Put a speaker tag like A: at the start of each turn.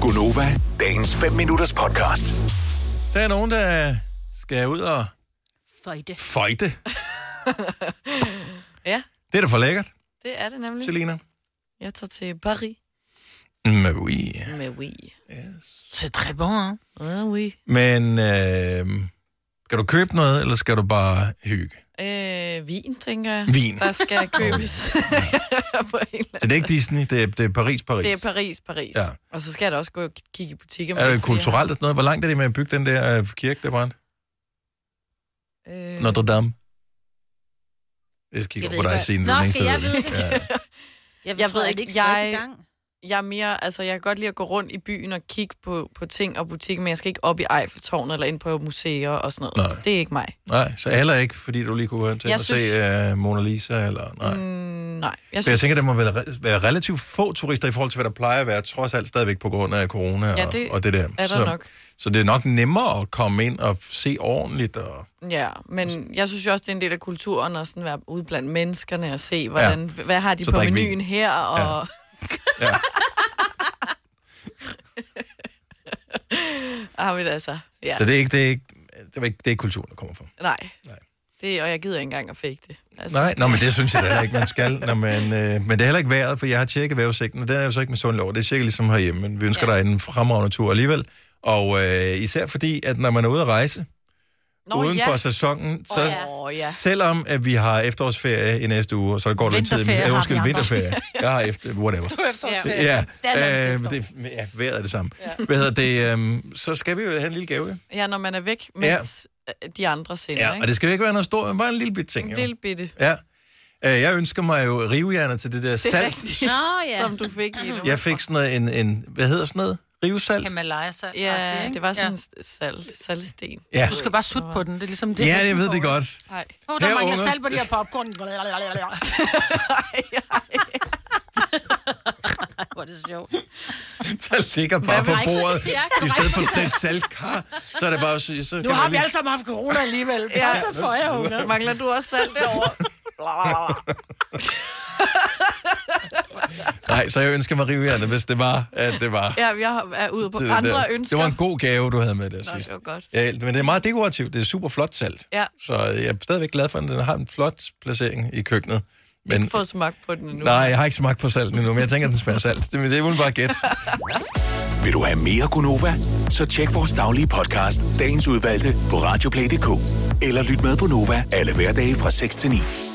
A: Gunova, dagens 5 minutters podcast.
B: Der er nogen, der skal ud og
C: Føjte.
B: fejte.
D: Ja, Mm.
B: Det er da for lækkert,
D: det er det nemlig.
B: Selina.
D: Jeg tager til Paris
B: Men, oui.
D: med oui.
C: C'est très bon, hein?
D: Ah, oui.
B: Men øh, skal du købe noget, eller skal du bare hygge?
D: Øh, vin, tænker jeg.
B: Vin.
D: Der skal købes. På en eller
B: Så
D: anden-
B: det er ikke Disney, det er, det er Paris, Paris.
D: det er Paris, Paris.
B: Ja.
D: Ja. Og så skal jeg da også gå og k- kigge i butikker. med
B: Er det
D: flere.
B: kulturelt og sådan noget? Hvor langt er det med at bygge den der øh, kirke, der brændte?
D: Øh,
B: Notre Dame. Jeg kigger
C: Jeg
B: på
C: ved
B: dig,
C: ikke,
B: Signe.
C: hvad-
B: du er
C: Nå,
B: den
C: skal
B: eneste,
C: jeg
B: der
C: vide
B: ved det. Ja.
C: Jeg,
D: Jeg
C: tror,
D: ved
C: er det
D: ikke,
C: stadig
D: jeg-
C: i gang?
D: jeg er mere, altså jeg kan godt lide at gå rundt i byen og kigge på, på ting og butikker, men jeg skal ikke op i Eiffeltårnet eller ind på museer og sådan noget.
B: Nej.
D: Det er ikke mig.
B: Nej, så heller ikke, fordi du lige kunne høre til
D: Jeg
B: at se uh, Mona Lisa, eller nej. Mm,
D: Nej, jeg
B: jeg
D: synes,
B: tænker, der må være, re- være relativt få turister i forhold til, hvad der plejer at være, trods alt stadigvæk på grund af corona
D: Ja,
B: og,
D: det
B: og det der.
D: er
B: så,
D: der nok.
B: så det er nok nemmere at komme ind og se ordentligt. Og,
D: Ja, men jeg synes jo også, det er en del af kulturen at sådan være ude blandt menneskerne og se, hvordan, ja. hvad har de
B: Så
D: så på
B: drik vin.
D: menuen her, og
B: ja.
D: har vi det altså. Ja.
B: Så det er ikke, det er ikke, det er ikke, det er ikke kulturen, der kommer fra.
D: Nej.
B: Nej.
D: Nej. Det, og jeg gider ikke engang at fake det. Altså,
B: Nej, nå, men det synes jeg da heller ikke, man skal. Nå, men, øh, men det er heller ikke vejret, for jeg har tjekket vejrudsigten, og den er jo så ikke med sund lov. Det er cirka ligesom herhjemme, men vi ønsker ja. dig en fremragende tur alligevel. Og øh, især fordi, at når man er ude at rejse, Nå, uden for sæsonen, så
D: ja.
B: oh,
D: Åh,
B: ja.
D: ja.
B: selvom at vi har efterårsferie i næste uge, og så går der en tid,
C: Vinterferie
B: øh,
C: har
B: undskyld,
C: vi andre.
B: vinterferie. Jeg har efter, whatever. Ja, ja. Øh, det, ja vejret er det samme. Ja. Hvad hedder det, øhm, så skal vi jo have en lille gave. jo.
D: ja, når man er væk, mens ja. de andre sender,
B: Ja,
D: ja,
B: og
D: ikke?
B: det skal jo ikke være noget stort, bare en lille bit ting.
D: En
B: Jo.
D: lille bitte,
B: Ja. Øh, Jeg ønsker mig jo rivejerner til det der det
D: det er
B: salt.
D: rigtigt,
C: Nå, ja.
D: som du fik i nummer.
B: Jeg fik sådan noget, en, en hvad hedder sådan noget? Rivesalt?
C: Himalaya-sand.
D: Ja, det var sådan en ja. sal, salsten.
B: Ja.
E: Du skal bare sutte på den. Det er ligesom det.
B: ja, jeg ved det godt.
D: Nej.
E: Åh, oh, der
B: Her
E: mangler
B: unger.
E: salt på de her popcorn.
C: Hvor er det sjovt.
B: Så ligger bare på
C: Hvad vil-
B: bordet.
C: Ja,
B: I stedet for sådan et saltkar, så er det bare... Så, så
E: Nu har vi alle sammen haft corona alligevel. Ja.
D: Ja.
E: Altså for jer, unger.
D: Mangler du også salt derovre?
B: Nej, så jeg ønsker mig rivehjerne, hvis det var, at det var.
D: ja, vi har- er ude på
B: til det
D: andre
B: der.
D: ønsker.
B: Det var en god gave, du havde med der
D: Nå,
B: sidst.
D: det var godt.
B: Ja, men det er meget dekorativt. Det er super flot salt.
D: Ja.
B: Så øh, jeg er stadigvæk glad for, at den har en flot placering i køkkenet. Men,
D: Få smagt på den nu.
B: nej, jeg har ikke smagt på salten endnu, men jeg tænker, at den smager salt. Det, men det er vel bare gæt.
A: Vil du have mere Gunova? Så tjek vores daglige podcast, dagens udvalgte, på radioplay.dk. Eller lyt med på Nova alle hverdage fra 6 til 9.